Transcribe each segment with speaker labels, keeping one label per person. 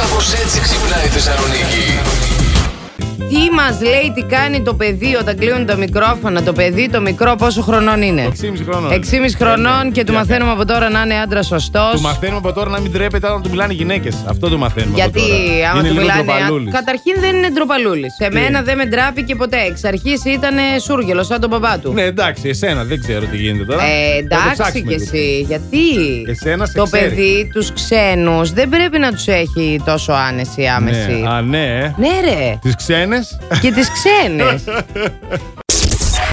Speaker 1: Κάπως έτσι ξυπνάει η Θεσσαλονίκη.
Speaker 2: Τι μας λέει, τι κάνει το παιδί όταν κλείνουν τα μικρόφωνα. Το παιδί, το μικρό, πόσο χρονών είναι.
Speaker 3: 6,5 χρόνων.
Speaker 2: 6,5 Ε, χρονών και του
Speaker 3: Για-
Speaker 2: μαθαίνουμε από τώρα να είναι άντρας σωστός.
Speaker 3: Του μαθαίνουμε από τώρα να μην τρέπεται όταν του μιλάνε γυναίκες. Αυτό του μαθαίνουμε.
Speaker 2: Γιατί
Speaker 3: από τώρα.
Speaker 2: άμα
Speaker 3: Είναι
Speaker 2: του
Speaker 3: λίγο
Speaker 2: μιλάνε.
Speaker 3: ντροπαλούλης.
Speaker 2: Καταρχήν δεν είναι ντροπαλούλης. Σε μένα δεν με ντράπηκε ποτέ. Εξ αρχής ήταν σούργελος, σαν τον μπαμπά του.
Speaker 3: Ναι, εντάξει, εσένα δεν ξέρω τι γίνεται τώρα.
Speaker 2: Ε,
Speaker 3: Θα το
Speaker 2: εντάξει
Speaker 3: ψάξουμε
Speaker 2: και
Speaker 3: λίγο.
Speaker 2: εσύ. Γιατί
Speaker 3: Εσένα σε
Speaker 2: το
Speaker 3: ξέρει.
Speaker 2: παιδί τους ξένους δεν πρέπει να τους έχει τόσο άνεση άμεση.
Speaker 3: Ναι. Α, ναι.
Speaker 2: Ναι, ρε.
Speaker 3: Τις ξένες.
Speaker 2: και τις ξένες.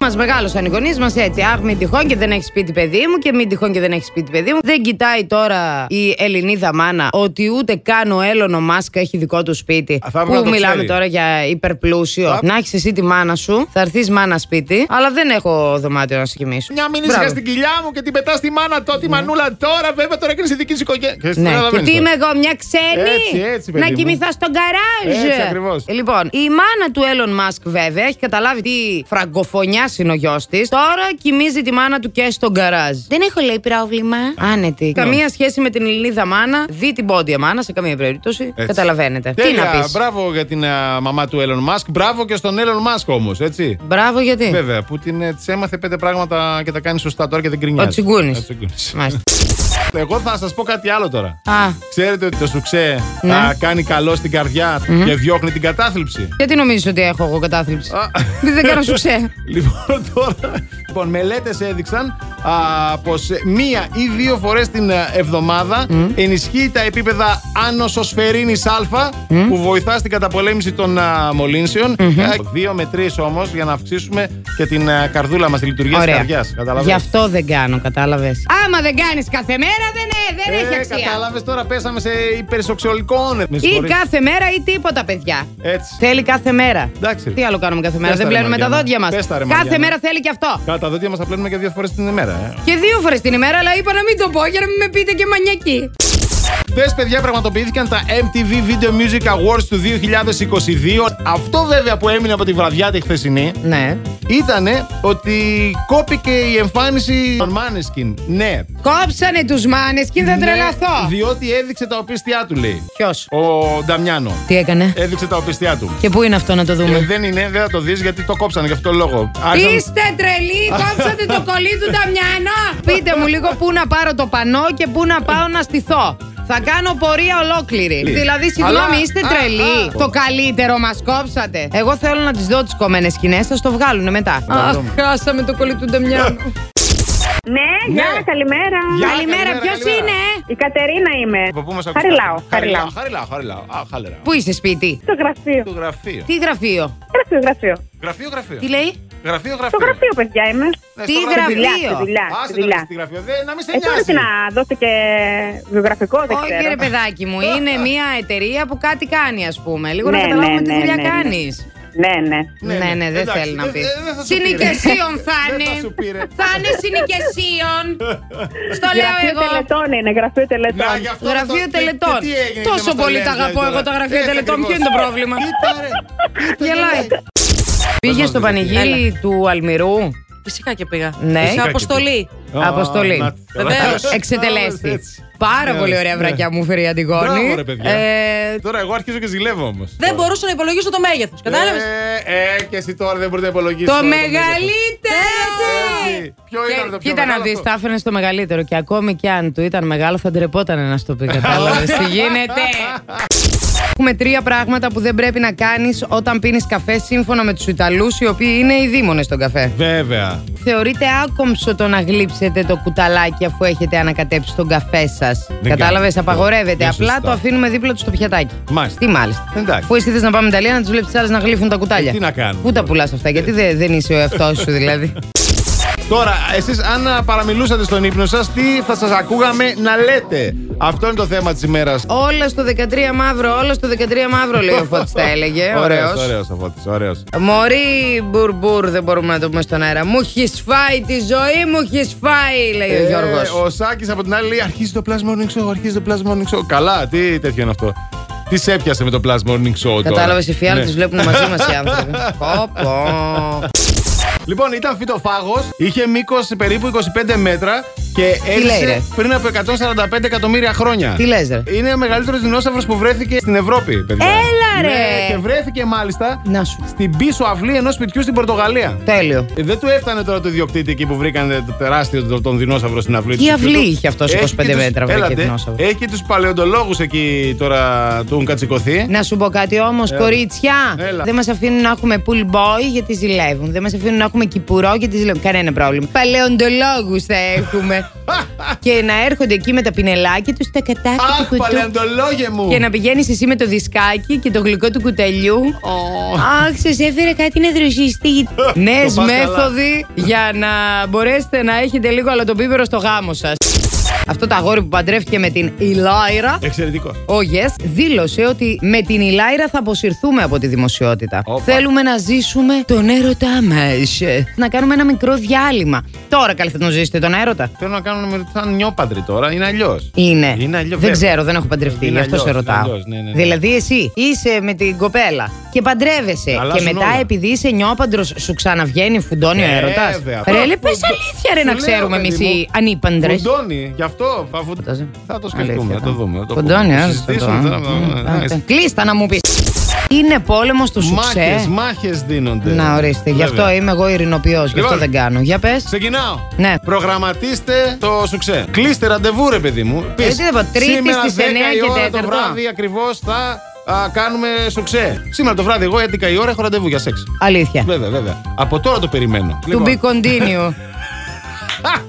Speaker 2: Μας μεγάλωσαν οι γονείς μας έτσι. Αχ, μην τυχόν και δεν έχεις σπίτι παιδί μου και μην τυχόν και δεν έχεις σπίτι παιδί μου. Δεν κοιτάει τώρα η Ελληνίδα μάνα ότι ούτε καν ο Έλλονο Μάσκα έχει δικό του σπίτι.
Speaker 3: Α, θα έπρεπε να
Speaker 2: Που
Speaker 3: το
Speaker 2: μιλάμε
Speaker 3: ξέρει.
Speaker 2: τώρα για υπερπλούσιο.
Speaker 3: Θα-
Speaker 2: Να έχεις εσύ τη μάνα σου, θα έρθεις μάνα σπίτι, αλλά δεν έχω δωμάτιο να σε κοιμήσω.
Speaker 3: Μια μην
Speaker 2: Μπράβο.
Speaker 3: ήσυχα στην κοιλιά μου και την πετάς στη μάνα τότε, τη μανούλα τώρα, βέβαια τώρα έκανε δική σου οικογένεια.
Speaker 2: Ναι, και τι είμαι εγώ, μια ξένη.
Speaker 3: Έτσι, έτσι, παιδί
Speaker 2: να
Speaker 3: μου.
Speaker 2: κοιμηθώ στον καράζ.
Speaker 3: Έτσι ακριβώς.
Speaker 2: Ε, Λοιπόν, η μάνα του Έλλον Μάσκ, βέβαια, έχει καταλάβει τι φραγκοφωνιά είναι ο γιος της. Τώρα κοιμίζει τη μάνα του και στον καράζ. Δεν έχω, λέει, πρόβλημα.
Speaker 3: Ναι.
Speaker 2: Άνετη. Καμία σχέση με την Ελληνίδα μάνα. Δει την πόντια μάνα σε καμία περίπτωση.
Speaker 3: Έτσι.
Speaker 2: Καταλαβαίνετε. Τι
Speaker 3: Τέλεια,
Speaker 2: να πεις.
Speaker 3: Μπράβο για την α, μαμά του Έλλον Μάσκ. Μπράβο και στον Έλλον Μάσκ όμως, έτσι.
Speaker 2: Μπράβο, γιατί.
Speaker 3: Βέβαια, που την ε, της έμαθε πέντε πράγματα και τα κάνει σωστά τώρα και δεν κρινιάζει.
Speaker 2: Ο Τσιγκούνης.
Speaker 3: Ο Τσιγκούνης.
Speaker 2: Μάλιστα.
Speaker 3: Εγώ θα σας πω κάτι άλλο τώρα.
Speaker 2: Α,
Speaker 3: Ξέρετε ότι το σουξέ
Speaker 2: Ναι.
Speaker 3: α, κάνει καλό στην καρδια και διώχνει την κατάθλιψη.
Speaker 2: γιατί νομίζεις ότι έχω εγώ κατάθλιψη.
Speaker 3: Α.
Speaker 2: Δεν κάνω σουξέ.
Speaker 3: Λοιπόν, τώρα. Λοιπόν, μελέτες έδειξαν πως μία ή δύο φορές την α, εβδομάδα ενισχύει τα επίπεδα άνοσοσφαιρίνη Α που βοηθά στην καταπολέμηση των α, μολύνσεων. Α, Δύο με τρεις όμως για να αυξήσουμε και την α, καρδούλα μας, τη λειτουργία της
Speaker 2: Ωραία.
Speaker 3: καρδιάς.
Speaker 2: Γι' αυτό δεν κάνω, κατάλαβες. Άμα δεν κάνεις κάθε μέρα, δεν, ε, δεν έχει αξία.
Speaker 3: Κατάλαβες τώρα, πέσαμε σε υπερσοξιολικό όνειρο.
Speaker 2: Ή κάθε μέρα ή τίποτα, παιδιά.
Speaker 3: Έτσι.
Speaker 2: Θέλει κάθε μέρα.
Speaker 3: Εντάξει.
Speaker 2: Τι άλλο κάνουμε κάθε μέρα,
Speaker 3: Πες τα,
Speaker 2: δεν
Speaker 3: ρε,
Speaker 2: πλένουμε τα
Speaker 3: Μαριάννα.
Speaker 2: δόντια μας.
Speaker 3: Πες τα, ρε,
Speaker 2: Κάθε
Speaker 3: Μαριάννα.
Speaker 2: μέρα θέλει και αυτό.
Speaker 3: Κατά τα δόντια μας τα πλένουμε και δύο φορές την ημέρα. Ε.
Speaker 2: Και δύο φορές την ημέρα, αλλά είπα να μην το πω για να μην με πείτε και μανιακή.
Speaker 3: Χθες, παιδιά, πραγματοποιήθηκαν τα MTV Video Music Awards του 2022. Αυτό, βέβαια, που έμεινε από τη βραδιά τη χθεσινή
Speaker 2: Ναι.
Speaker 3: ήταν ότι κόπηκε η εμφάνιση των Maneskin. Ναι.
Speaker 2: Κόψανε τους μάνε και θα
Speaker 3: Ναι,
Speaker 2: τρελαθώ.
Speaker 3: Διότι έδειξε τα οπίστια του, λέει.
Speaker 2: Ποιος.
Speaker 3: Ο Νταμιάνο.
Speaker 2: Τι έκανε.
Speaker 3: Έδειξε τα οπίστια του.
Speaker 2: Και πού είναι αυτό να το
Speaker 3: Ε,
Speaker 2: δούμε.
Speaker 3: δεν είναι, δεν θα το δεις γιατί το κόψανε γι' αυτό το λόγο. Άρχισαν-
Speaker 2: Είστε τρελοί, κόψατε το κολλή του Νταμιανό. Πείτε μου λίγο πού να πάρω το πανό και πού να πάω να στηθώ. Θα κάνω πορεία ολόκληρη.
Speaker 3: Τι.
Speaker 2: Δηλαδή,
Speaker 3: Αλλά-
Speaker 2: συγγνώμη, είστε
Speaker 3: Α,
Speaker 2: τρελοί.
Speaker 3: α.
Speaker 2: Το καλύτερο μας κόψατε. Εγώ θέλω να τις δω τις κομμένες σκηνές, θα το βγάλουν μετά.
Speaker 3: Να
Speaker 2: Αχ,
Speaker 3: δούμε.
Speaker 2: χάσαμε το κολλή του Νταμιανό.
Speaker 4: Ναι, γεια,
Speaker 3: Ναι.
Speaker 4: καλημέρα.
Speaker 3: Γεια.
Speaker 2: Καλημέρα,
Speaker 3: καλημέρα,
Speaker 2: ποιος
Speaker 3: καλημέρα.
Speaker 2: είναι.
Speaker 4: Η Κατερίνα είμαι.
Speaker 3: Από πού μας ακούς,
Speaker 4: Χαριλάω,
Speaker 3: Κατερίνα?
Speaker 4: χαριλάω.
Speaker 3: Χαριλάω, χαριλάω. Α, χαλερά.
Speaker 2: Πού είσαι σπίτι,
Speaker 4: Στο γραφείο.
Speaker 3: Το γραφείο.
Speaker 2: τι γραφείο,
Speaker 4: Γραφείο, γραφείο.
Speaker 3: Γραφείο, γραφείο.
Speaker 2: τι λέει,
Speaker 3: Γραφείο,
Speaker 4: Στο
Speaker 3: γραφείο.
Speaker 4: γραφείο, παιδιά είμαι.
Speaker 3: Ναι,
Speaker 2: τι
Speaker 3: στο γραφείο.
Speaker 2: γραφείο.
Speaker 4: Δουλειά, στη δουλειά.
Speaker 3: Άσε
Speaker 4: στη
Speaker 3: το
Speaker 4: δουλειά.
Speaker 3: στη γραφείο. Δεν- να μην σε
Speaker 4: Ε, τώρα
Speaker 3: νοιάζει.
Speaker 4: τι να δώσω και βιογραφικό, δεν
Speaker 2: Όχι,
Speaker 4: ξέρω.
Speaker 2: ρε παιδάκι μου, είναι μια εταιρεία που κάτι κάνει, ας πούμε. Λίγο να
Speaker 4: Ναι, ναι,
Speaker 2: καταλάβουμε τι
Speaker 4: ναι,
Speaker 2: δουλειά
Speaker 4: ναι, ναι.
Speaker 2: κάνεις.
Speaker 4: Ναι, ναι.
Speaker 2: Ναι, ναι, δεν
Speaker 3: εντάξει,
Speaker 2: θέλει να
Speaker 3: δεν- ε,
Speaker 2: πει.
Speaker 3: δεν- δεν θα σου
Speaker 2: Συνοικεσίων
Speaker 3: πήρε.
Speaker 2: θα
Speaker 3: Δεν
Speaker 2: είναι.
Speaker 3: θα σου πήρε.
Speaker 2: Θα είναι συνοικεσίων. Στο λέω
Speaker 4: Γραφείο
Speaker 2: εγώ.
Speaker 4: τελετών είναι, γραφείο τελετών.
Speaker 3: Να, γι' αυτό
Speaker 2: Γραφείο
Speaker 3: το-
Speaker 2: τελετών.
Speaker 3: και- και τι έγινε,
Speaker 2: Τόσο
Speaker 3: δεν μας
Speaker 2: πολύ
Speaker 3: λες,
Speaker 2: τα αγαπώ
Speaker 3: δηλαδή,
Speaker 2: εγώ τα
Speaker 3: τώρα.
Speaker 2: γραφεία
Speaker 3: Έτσι
Speaker 2: τελετών. Ποιο είναι το
Speaker 3: ακριβώς.
Speaker 2: πρόβλημα.
Speaker 3: Κοίτα, ρε. Κοίτα,
Speaker 2: Γελάει.
Speaker 3: γελάει.
Speaker 2: Πήγε
Speaker 3: μας
Speaker 2: στο
Speaker 3: το
Speaker 2: πανηγύρι του Αλμυρού.
Speaker 5: Φυσικά και πήγα.
Speaker 2: Ναι.
Speaker 5: Σε αποστολή.
Speaker 3: Α,
Speaker 2: Αποστολή.
Speaker 3: να-
Speaker 5: Βεβαίως.
Speaker 3: καλά.
Speaker 2: Εξετελέστης.
Speaker 3: Έτσι.
Speaker 2: Πάρα
Speaker 3: Ναι,
Speaker 2: πολύ ωραία
Speaker 3: ναι.
Speaker 2: βρακιά μου φέρει η Αντιγόνη.
Speaker 3: Μπράβο, ρε, παιδιά.
Speaker 2: Ε,
Speaker 3: Τώρα εγώ αρχίζω και ζηλεύω όμως.
Speaker 5: Δεν μπορούσα να υπολογίσω το μέγεθος. Κατάλαβες.
Speaker 3: Ε, ε, και εσύ τώρα δεν μπορείτε να υπολογίσετε.
Speaker 2: Το
Speaker 3: όλο
Speaker 2: μεγαλύτερο!
Speaker 3: Έτσι. Ποιο
Speaker 2: Και-
Speaker 3: ήταν το πιο
Speaker 2: Κοίτα να
Speaker 3: μεγάλο
Speaker 2: δεις,
Speaker 3: αυτό?
Speaker 2: τα έφερε στο μεγαλύτερο. Και ακόμη κι αν του ήταν μεγάλο, θα ντρεπόταν να στο πει. Κατάλαβες τι γίνεται. Έχουμε τρία πράγματα που δεν πρέπει να κάνεις όταν πίνεις καφέ σύμφωνα με τους Ιταλούς, οι οποίοι είναι οι δίμονε στον καφέ.
Speaker 3: Βέβαια.
Speaker 2: Θεωρείτε άκομψο το να γλύψετε το κουταλάκι αφού έχετε ανακατέψει τον καφέ σας.
Speaker 3: Δεν
Speaker 2: Κατάλαβε,
Speaker 3: κάνει. Ε,
Speaker 2: απαγορεύεται.
Speaker 3: Δεν
Speaker 2: Απλά
Speaker 3: σωστά.
Speaker 2: το αφήνουμε δίπλα τους στο πιατάκι.
Speaker 3: Μάλιστα.
Speaker 2: Τι μάλιστα.
Speaker 3: Εντάξει.
Speaker 2: Αφού εσύ θες να πάμε Ιταλία, να τους βλέπεις τι άλλες να γλύφουν τα κουτάλια.
Speaker 3: Ε, τι να κάνουμε
Speaker 2: Πού τα
Speaker 3: τώρα.
Speaker 2: πουλάς αυτά, γιατί δεν, δεν είσαι ο εαυτός σου δηλαδή.
Speaker 3: Τώρα, εσείς αν α, παραμιλούσατε στον ύπνο σας, τι θα σας ακούγαμε να λέτε. Αυτό είναι το θέμα της ημέρας.
Speaker 2: όλα στο 13 μαύρο, όλα στο 13 μαύρο λέει ο Φώτης τα έλεγε. Ωραίος.
Speaker 3: Ωραίος ο Φώτης, ωραίος.
Speaker 2: Μωρή μπουρμπουρ, δεν μπορούμε να το πούμε στον αέρα. Μου έχεις φάει τη ζωή, μου έχεις φάει, λέει ο
Speaker 3: Ε,
Speaker 2: Γιώργος.
Speaker 3: Ο Σάκης από την άλλη λέει: Αρχίζει το Plus Morning Show, αρχίζει το Plus Morning Show. Καλά, τι τέτοιο είναι αυτό. Τι σε έπιασε με το Plus Morning Show τώρα.
Speaker 2: Κατάλαβες οι φιάλτες
Speaker 3: Ναι.
Speaker 2: βλέπουν μαζί μας οι άνθρωποι. Πω, πω.
Speaker 3: Λοιπόν, ήταν φυτοφάγος, είχε μήκος περίπου 25 μέτρα Και
Speaker 2: λέει, ρε?
Speaker 3: έζησε πριν από 145 εκατομμύρια χρόνια.
Speaker 2: Τι λες, ρε?
Speaker 3: Είναι ο μεγαλύτερος δεινόσαυρος που βρέθηκε στην Ευρώπη, παιδιά.
Speaker 2: Έλα, ρε!
Speaker 3: Ναι, και βρέθηκε μάλιστα
Speaker 2: Να σου.
Speaker 3: στην πίσω αυλή ενός σπιτιού στην Πορτογαλία.
Speaker 2: Τέλειο.
Speaker 3: Ε, Δεν του έφτανε τώρα το ιδιοκτήτη εκεί που βρήκαν το τεράστιο το- τον δεινόσαυρο στην αυλή.
Speaker 2: Τι
Speaker 3: του σπιτιού
Speaker 2: αυλή
Speaker 3: του.
Speaker 2: είχε αυτός,
Speaker 3: Έχει
Speaker 2: 25
Speaker 3: και τους-
Speaker 2: μέτρα, βρήκε
Speaker 3: έλατε,
Speaker 2: δεινόσαυρο.
Speaker 3: Έχει και τους παλαιοντολόγους εκεί τώρα του έχουν κατσικωθεί.
Speaker 2: Να σου πω κάτι όμως, κορίτσια.
Speaker 3: Έλα.
Speaker 2: Δεν μας αφήνουν να έχουμε pool boy γιατί ζηλεύουν. Δεν μας αφήνουν να έχουμε κυπουρό γιατί ζηλεύουν. Κανένα πρόβλημα. Παλαιοντολόγους θα έχουμε. και να έρχονται εκεί με τα πινελάκια τους, τα κατάκια του
Speaker 3: Αχ,
Speaker 2: κουτού.
Speaker 3: παλαιοντολόγε μου!
Speaker 2: Και να πηγαίνεις εσύ με το δισκάκι και το γλυκό του κουτελιού. Αχ, σας έφερε κάτι να δροσιστεί. Νέε
Speaker 3: Το πας καλά.
Speaker 2: μέθοδοι για να μπορέσετε να έχετε λίγο αλατοπίπερο στο γάμο σας. Αυτό το αγόρι που παντρεύτηκε με την Ηλάιρα
Speaker 3: Εξαιρετικό.
Speaker 2: ο Yes δήλωσε ότι με την Ηλάιρα θα αποσυρθούμε από τη δημοσιότητα.
Speaker 3: Όπα.
Speaker 2: Θέλουμε να ζήσουμε τον έρωτά μας. Να κάνουμε ένα μικρό διάλειμμα. Τώρα καλή θα τον ζήσετε τον έρωτα.
Speaker 3: Θέλω να κάνω με σαν νιόπαντροι τώρα, είναι αλλιώς.
Speaker 2: Είναι.
Speaker 3: Είναι αλλιώς,
Speaker 2: δεν
Speaker 3: βέβαια.
Speaker 2: ξέρω, δεν έχω παντρευτεί, γι'
Speaker 3: Είναι
Speaker 2: αυτό
Speaker 3: αλλιώς,
Speaker 2: σε
Speaker 3: είναι
Speaker 2: ρωτάω.
Speaker 3: αλλιώς, ναι, ναι, ναι.
Speaker 2: Δηλαδή, εσύ είσαι με την κοπέλα και παντρεύεσαι.
Speaker 3: Αλλάζουν
Speaker 2: και μετά,
Speaker 3: όλα.
Speaker 2: επειδή είσαι νιόπαντρος, σου ξαναβγαίνει φουντώνει ο
Speaker 3: Ε,
Speaker 2: έρωτας.
Speaker 3: βέβαια.
Speaker 2: Ρε, λε,
Speaker 3: Φου-
Speaker 2: πες
Speaker 3: φου-
Speaker 2: αλήθεια, ρε, να
Speaker 3: σου λέω,
Speaker 2: ξέρουμε εμεί
Speaker 3: παιδί
Speaker 2: οι
Speaker 3: μου.
Speaker 2: ανήπαντρες.
Speaker 3: Φουντώνει, γι' αυτό θα, φου...
Speaker 2: Φαντάζει.
Speaker 3: θα το
Speaker 2: Αλήθεια,
Speaker 3: σκεφτούμε, θα το
Speaker 2: θα.
Speaker 3: δούμε. θα το
Speaker 2: Φουντώνει,
Speaker 3: πούμε.
Speaker 2: ε,
Speaker 3: Θα συζητήσουμε
Speaker 2: φουντώνει.
Speaker 3: τώρα,
Speaker 2: Μμμ,
Speaker 3: θα-
Speaker 2: άντε. Κλείστα να μου πεις. Είναι πόλεμος του
Speaker 3: Μάχες,
Speaker 2: σουξέ.
Speaker 3: μάχες δίνονται.
Speaker 2: Να ορίστε, γι' αυτό
Speaker 3: Βέβαια.
Speaker 2: είμαι εγώ ειρηνοποιός, γι' αυτό
Speaker 3: Λοιπόν.
Speaker 2: δεν κάνω. Για πες.
Speaker 3: Ξεκινάω.
Speaker 2: Ναι.
Speaker 3: Προγραμματίστε το σουξέ. Κλείστε ραντεβού, ρε παιδί μου. Πεις,
Speaker 2: Ε, τι να πω, Τρίτη
Speaker 3: σήμερα
Speaker 2: στις
Speaker 3: 10
Speaker 2: 9
Speaker 3: η
Speaker 2: και
Speaker 3: ώρα Το
Speaker 2: 4.
Speaker 3: βράδυ ακριβώς θα α, κάνουμε σουξέ. Σήμερα το βράδυ, εγώ 11 η ώρα έχω ραντεβού για σεξ.
Speaker 2: Αλήθεια.
Speaker 3: Βέβαια, βέβαια. Από τώρα το περιμένω.
Speaker 2: To
Speaker 3: Λοιπόν,
Speaker 2: be continue.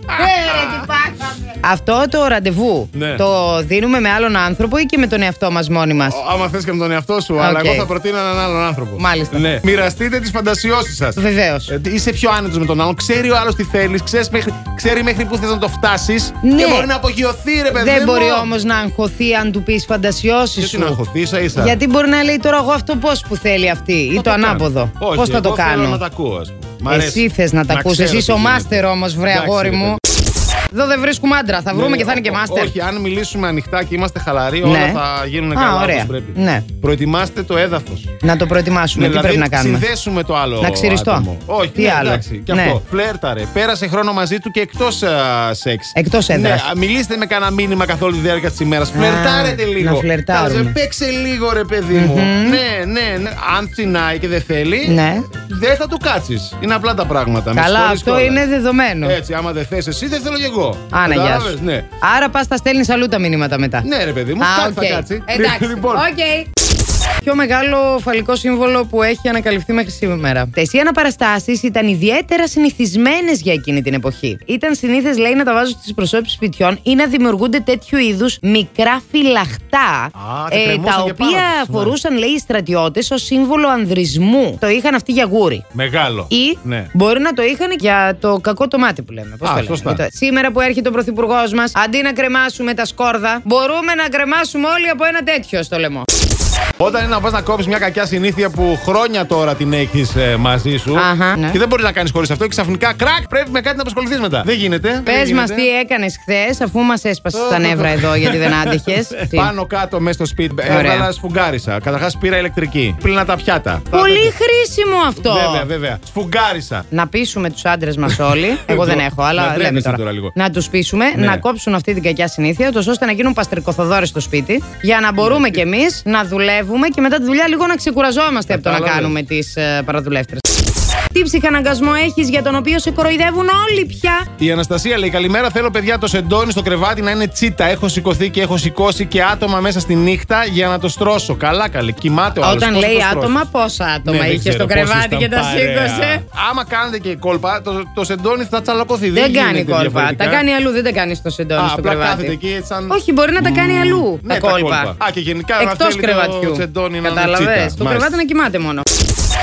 Speaker 2: Ε, ρε, τι πάθαμε. Αυτό το ραντεβού
Speaker 3: Ναι.
Speaker 2: το δίνουμε με άλλον άνθρωπο ή και με τον εαυτό μας μόνοι μας.
Speaker 3: ο- Άμα θες και με τον εαυτό σου, αλλά
Speaker 2: Οκ.
Speaker 3: εγώ θα προτείνω έναν άλλον άνθρωπο.
Speaker 2: Μάλιστα.
Speaker 3: Ναι. Μοιραστείτε τις φαντασιώσεις σας.
Speaker 2: Βεβαίως.
Speaker 3: Ε, είσαι πιο άνετος με τον άλλον. Ξέρει ο άλλος τι θέλεις. Μέχρι, ξέρει μέχρι πού θες να το φτάσεις.
Speaker 2: Ναι.
Speaker 3: Και μπορεί να απογειωθεί, ρε παιδί
Speaker 2: Δεν
Speaker 3: μου.
Speaker 2: μπορεί όμως να αγχωθεί αν του πεις φαντασιώσεις
Speaker 3: Γιατί να
Speaker 2: σου.
Speaker 3: αγχωθεί, ίσα ίσα.
Speaker 2: Γιατί μπορεί να λέει τώρα εγώ αυτό πώς που θέλει αυτή ή το,
Speaker 3: Θα κάνω.
Speaker 2: ανάποδο.
Speaker 3: Όχι,
Speaker 2: Πώς θα το
Speaker 3: εγώ
Speaker 2: κάνω.
Speaker 3: Θέλω να τα ακούω, ας πούμε. Μ' αρέσει.
Speaker 2: Εσύ θες να τα ακούσεις.
Speaker 3: ξέρω
Speaker 2: Εσύ είσαι
Speaker 3: τι
Speaker 2: ο
Speaker 3: γίνεται.
Speaker 2: μάστερ όμως, βρε
Speaker 3: Εντάξει,
Speaker 2: αγόρι
Speaker 3: ρε
Speaker 2: μου. Εδώ δεν βρίσκουμε άντρα. Θα
Speaker 3: Ναι,
Speaker 2: βρούμε
Speaker 3: ναι,
Speaker 2: και θα είναι και
Speaker 3: ό-
Speaker 2: μάστερ.
Speaker 3: Όχι, αν μιλήσουμε ανοιχτά και είμαστε χαλαροί,
Speaker 2: Ναι.
Speaker 3: όλα θα γίνουν
Speaker 2: Α,
Speaker 3: καλά
Speaker 2: ωραία.
Speaker 3: όπως πρέπει.
Speaker 2: Ναι.
Speaker 3: Προετοιμάστε το έδαφος.
Speaker 2: Να το προετοιμάσουμε.
Speaker 3: δηλαδή
Speaker 2: Τι πρέπει να κάνουμε.
Speaker 3: Ναι, Συνδέσουμε το άλλο.
Speaker 2: Να ξυριστώ.
Speaker 3: άτομο. Όχι,
Speaker 2: Τι
Speaker 3: ναι,
Speaker 2: άλλο.
Speaker 3: εντάξει. Και
Speaker 2: Ναι.
Speaker 3: αυτό. Φλέρταρε. Πέρασε χρόνο μαζί του και εκτός σεξ.
Speaker 2: Εκτός έδρας.
Speaker 3: Ναι, α, μιλήστε με κανένα μήνυμα καθ' όλη τη διάρκεια της ημέρας. Φλερτάρετε λίγο.
Speaker 2: να φλερτάρουμε.
Speaker 3: Κάτσε, Παίξε λίγο, ρε παιδί μου. Ναι, ναι, ναι. Αν τσινάει και δεν θέλει,
Speaker 2: Ναι.
Speaker 3: δεν θα του κάτσεις. Είναι απλά τα πράγματα. Με
Speaker 2: Καλά,
Speaker 3: συγχωρείς
Speaker 2: αυτό
Speaker 3: κιόλας.
Speaker 2: είναι δεδομένο.
Speaker 3: Έτσι, άμα δεν θες εσύ, δεν θέλω κι εγώ.
Speaker 2: Άνα, γεια
Speaker 3: Κατάλαβες,
Speaker 2: σου.
Speaker 3: Ναι.
Speaker 2: Άρα πας τα στέλνεις αλλού τα μηνύματα μετά.
Speaker 3: ναι, ρε παιδί μου,
Speaker 2: Α,
Speaker 3: κάτι
Speaker 2: οκ.
Speaker 3: θα κάτσει.
Speaker 2: Εντάξει.
Speaker 3: Λοιπόν,
Speaker 2: Οκ. Πιο μεγάλο φαλικό σύμβολο που έχει ανακαλυφθεί μέχρι σήμερα. Τα εσύ αναπαραστάσεις ήταν ιδιαίτερα συνηθισμένες για εκείνη την εποχή. Ήταν συνήθες, λέει, να τα βάζουν στις προσώπεις σπιτιών ή να δημιουργούνται τέτοιου είδους μικρά φυλαχτά. ε,
Speaker 3: τα
Speaker 2: τα
Speaker 3: κρεμούσαν και πάνω
Speaker 2: οποία
Speaker 3: τους, ναι.
Speaker 2: φορούσαν, λέει, οι στρατιώτες ως σύμβολο ανδρισμού. Το είχαν αυτοί για γούρι.
Speaker 3: μεγάλο.
Speaker 2: Ή
Speaker 3: Ναι.
Speaker 2: μπορεί να το είχαν για το κακό το μάτι που λέμε. Πώς
Speaker 3: Α,
Speaker 2: το λέμε.
Speaker 3: σωστά.
Speaker 2: Για το- Σήμερα που έρχεται ο πρωθυπουργός μας, αντί να κρεμάσουμε τα σκόρδα, μπορούμε να κρεμάσουμε όλοι από ένα τέτοιο στο λαιμό.
Speaker 3: Όταν είναι να πας να κόψεις μια κακιά συνήθεια που χρόνια τώρα την έχεις μαζί σου
Speaker 2: Αχα, ναι.
Speaker 3: και δεν μπορείς να κάνεις χωρίς αυτό και ξαφνικά κρακ πρέπει με κάτι να απασχοληθείς μετά. Δεν γίνεται. δεν
Speaker 2: Πες μας
Speaker 3: γίνεται.
Speaker 2: τι έκανες χθες, αφού μας έσπασες τα νεύρα εδώ γιατί δεν άντυχε.
Speaker 3: Πάνω κάτω μέσα στο σπίτι
Speaker 2: Ωραία.
Speaker 3: έβαλα σφουγγάρισα. Καταρχάς πήρα ηλεκτρική. Πλήνα τα πιάτα.
Speaker 2: Πολύ χρήσιμο αυτό.
Speaker 3: Βέβαια, βέβαια. Σφουγγάρισα.
Speaker 2: Να πείσουμε τους άντρες μας όλοι. Εγώ δεν έχω,
Speaker 3: Λοιπόν,
Speaker 2: αλλά
Speaker 3: Να
Speaker 2: λέμε
Speaker 3: ντρέπεσαι
Speaker 2: τώρα.
Speaker 3: τώρα λίγο.
Speaker 2: να τους πείσουμε
Speaker 3: Ναι.
Speaker 2: να κόψουν αυτή την κακιά συνήθεια, τόσο ώστε να γίνουν παστρικοθοδόρες στο σπίτι, για να μπορούμε κι εμείς να δουλεύουμε και μετά τη δουλειά λίγο να ξεκουραζόμαστε από το να
Speaker 3: Κατάλαβες.
Speaker 2: κάνουμε τις παραδουλεύτρες. Τι ψυχαναγκασμό έχεις για τον οποίο σε κοροϊδεύουν όλοι πια.
Speaker 3: Η Αναστασία λέει: Καλημέρα. Θέλω παιδιά το σεντόνι στο κρεβάτι να είναι τσίτα. Έχω σηκωθεί και έχω σηκώσει και άτομα μέσα στη νύχτα για να το στρώσω. Καλά, καλή. Κοιμάται ο άλλος.
Speaker 2: Όταν
Speaker 3: Πώς
Speaker 2: λέει
Speaker 3: το στρώσεις?
Speaker 2: άτομα, πόσα άτομα
Speaker 3: Ναι, δεν
Speaker 2: είχε
Speaker 3: ξέρω
Speaker 2: στο
Speaker 3: πόσοι
Speaker 2: κρεβάτι
Speaker 3: ήταν
Speaker 2: και τα
Speaker 3: παρέα.
Speaker 2: σήκωσε.
Speaker 3: Άμα κάνετε και κόλπα, το, το σεντόνι θα τσαλακωθεί.
Speaker 2: Δεν
Speaker 3: γίνεται
Speaker 2: κάνει κόλπα.
Speaker 3: διαφορετικά.
Speaker 2: Τα κάνει αλλού, δεν τα κάνεις στο
Speaker 3: Α,
Speaker 2: σεντόνι στο
Speaker 3: απλά κάθεται
Speaker 2: κρεβάτι.
Speaker 3: εκεί έτσι σαν.
Speaker 2: Όχι, μπορεί να τα κάνει αλλού
Speaker 3: Ναι,
Speaker 2: τα, κόλπα.
Speaker 3: Α, και γενικά να
Speaker 2: Εκτό
Speaker 3: θέλει
Speaker 2: κρεβατιού.
Speaker 3: Το σεντόνι να είναι τσίτα.
Speaker 2: Κατάλαβε. Το
Speaker 3: Μάλιστα.
Speaker 2: κρεβάτι να κοιμάται μόνο.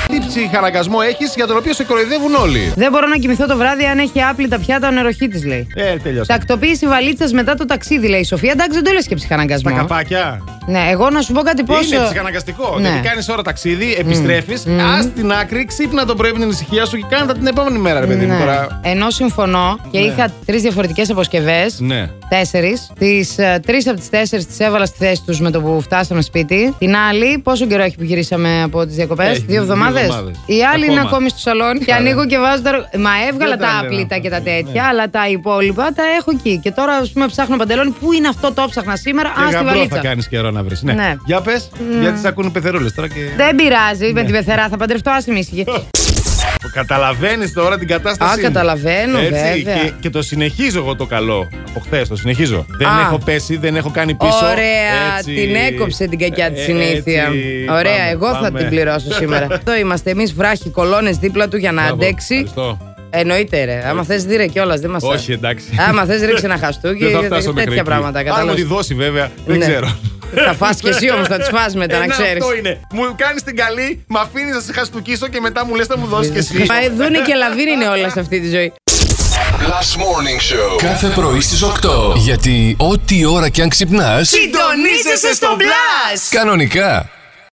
Speaker 3: Τι ψυχαναγκασμό έχεις για τον οποίο σε κοροϊδεύουν όλοι.
Speaker 2: Δεν μπορώ να κοιμηθώ το βράδυ αν έχει άπλυτα πιάτα ο νεροχή της, λέει.
Speaker 3: Ε, τέλειωσα.
Speaker 2: Τακτοποίηση βαλίτσα μετά το ταξίδι, λέει η Σοφία. Εντάξει, δεν το λες και ψυχαναγκασμό.
Speaker 3: Τα καπάκια.
Speaker 2: Ναι, εγώ να σου πω κάτι πόσο.
Speaker 3: Είναι ψυχαναγκαστικό.
Speaker 2: Ναι.
Speaker 3: Γιατί κάνεις ώρα ταξίδι, επιστρέφει, ας την άκρη, ξύπνα το πρωί με την ησυχία σου και κάνε τα την επόμενη μέρα, ρε παιδί μου
Speaker 2: Ναι.
Speaker 3: τώρα.
Speaker 2: Ενώ συμφωνώ και
Speaker 3: Ναι.
Speaker 2: είχα τρεις διαφορετικές αποσκευές.
Speaker 3: Ναι.
Speaker 2: Τέσσερις. Τις τρει ε, από τις τέσσερις τις έβαλα στη θέση τους με το που φτάσαμε σπίτι. Την άλλη, πόσο καιρό έχει που γυρίσαμε από τις διακοπές,
Speaker 3: Έχει
Speaker 2: δύο εβδομάδε.
Speaker 3: δύο εβδομάδες.
Speaker 2: Η άλλη είναι
Speaker 3: Ακόμα.
Speaker 2: ακόμη στο σαλόνι και
Speaker 3: Άρα.
Speaker 2: ανοίγω και βάζω τώρα. Μα έβγαλα τα
Speaker 3: Δεν τα Ναι. έλεγα.
Speaker 2: άπλυτα και τα τέτοια, αλλά τα υπόλοιπα τα έχω εκεί. Και τώρα, ας πούμε, ψάχνω παντελόνι. Πού είναι αυτό το ψάχνα σήμερα,
Speaker 3: Και
Speaker 2: α στη
Speaker 3: γαμπρό θα
Speaker 2: βαλίτσα.
Speaker 3: κάνεις καιρό να βρεις. Ναι.
Speaker 2: Ναι.
Speaker 3: Για πες, γιατί σε ακούνε πεθερούλες τώρα και.
Speaker 2: Δεν πειράζει,
Speaker 3: Ναι.
Speaker 2: με την πεθερά θα παντρευτώ, άσχημη ησυχία.
Speaker 3: Καταλαβαίνεις τώρα την κατάσταση.
Speaker 2: Α, καταλαβαίνω, βέβαια.
Speaker 3: Και, και το συνεχίζω εγώ το καλό. Από χθε το συνεχίζω. Δεν
Speaker 2: Α.
Speaker 3: έχω πέσει, δεν έχω κάνει πίσω.
Speaker 2: Ωραία,
Speaker 3: Έτσι.
Speaker 2: την έκοψε την κακιά της
Speaker 3: Ε,
Speaker 2: συνήθεια.
Speaker 3: έτσι.
Speaker 2: Ωραία,
Speaker 3: Πάμε,
Speaker 2: εγώ θα
Speaker 3: πάμε.
Speaker 2: την πληρώσω σήμερα. Εδώ είμαστε εμείς βράχοι κολόνες δίπλα του για να
Speaker 3: Μπράβο,
Speaker 2: αντέξει.
Speaker 3: Ευχαριστώ.
Speaker 2: Εννοείται, ρε. Άμα θες, δίρε κιόλας, δεν μας
Speaker 3: Όχι, εντάξει.
Speaker 2: Άμα θες, ρίξε ένα χαστούκι.
Speaker 3: Δεν θα
Speaker 2: δε-
Speaker 3: φτάσω μέχρι
Speaker 2: τέτοια
Speaker 3: εκεί.
Speaker 2: πράγματα.
Speaker 3: Αν μου τη
Speaker 2: κατάλαβες.
Speaker 3: δώσει, βέβαια, δεν
Speaker 2: Ναι.
Speaker 3: ξέρω.
Speaker 2: Θα φας κι εσύ όμως, θα τις φας μετά, να
Speaker 3: Ε,
Speaker 2: ξέρεις.
Speaker 3: Αυτό είναι. Μου κάνεις την καλή, με αφήνεις να σε χαστούκίσω και μετά μου λες να μου δώσεις κι εσύ.
Speaker 2: Μα ε, δούνε και λαβύρι είναι όλα σε αυτή τη ζωή.
Speaker 1: Last Morning Show. Κάθε πρωί στις 8. Γιατί ό,τι ώρα κι αν ξυπνάς,
Speaker 2: Συντονίζεσαι στο μπλα!
Speaker 1: κανονικά.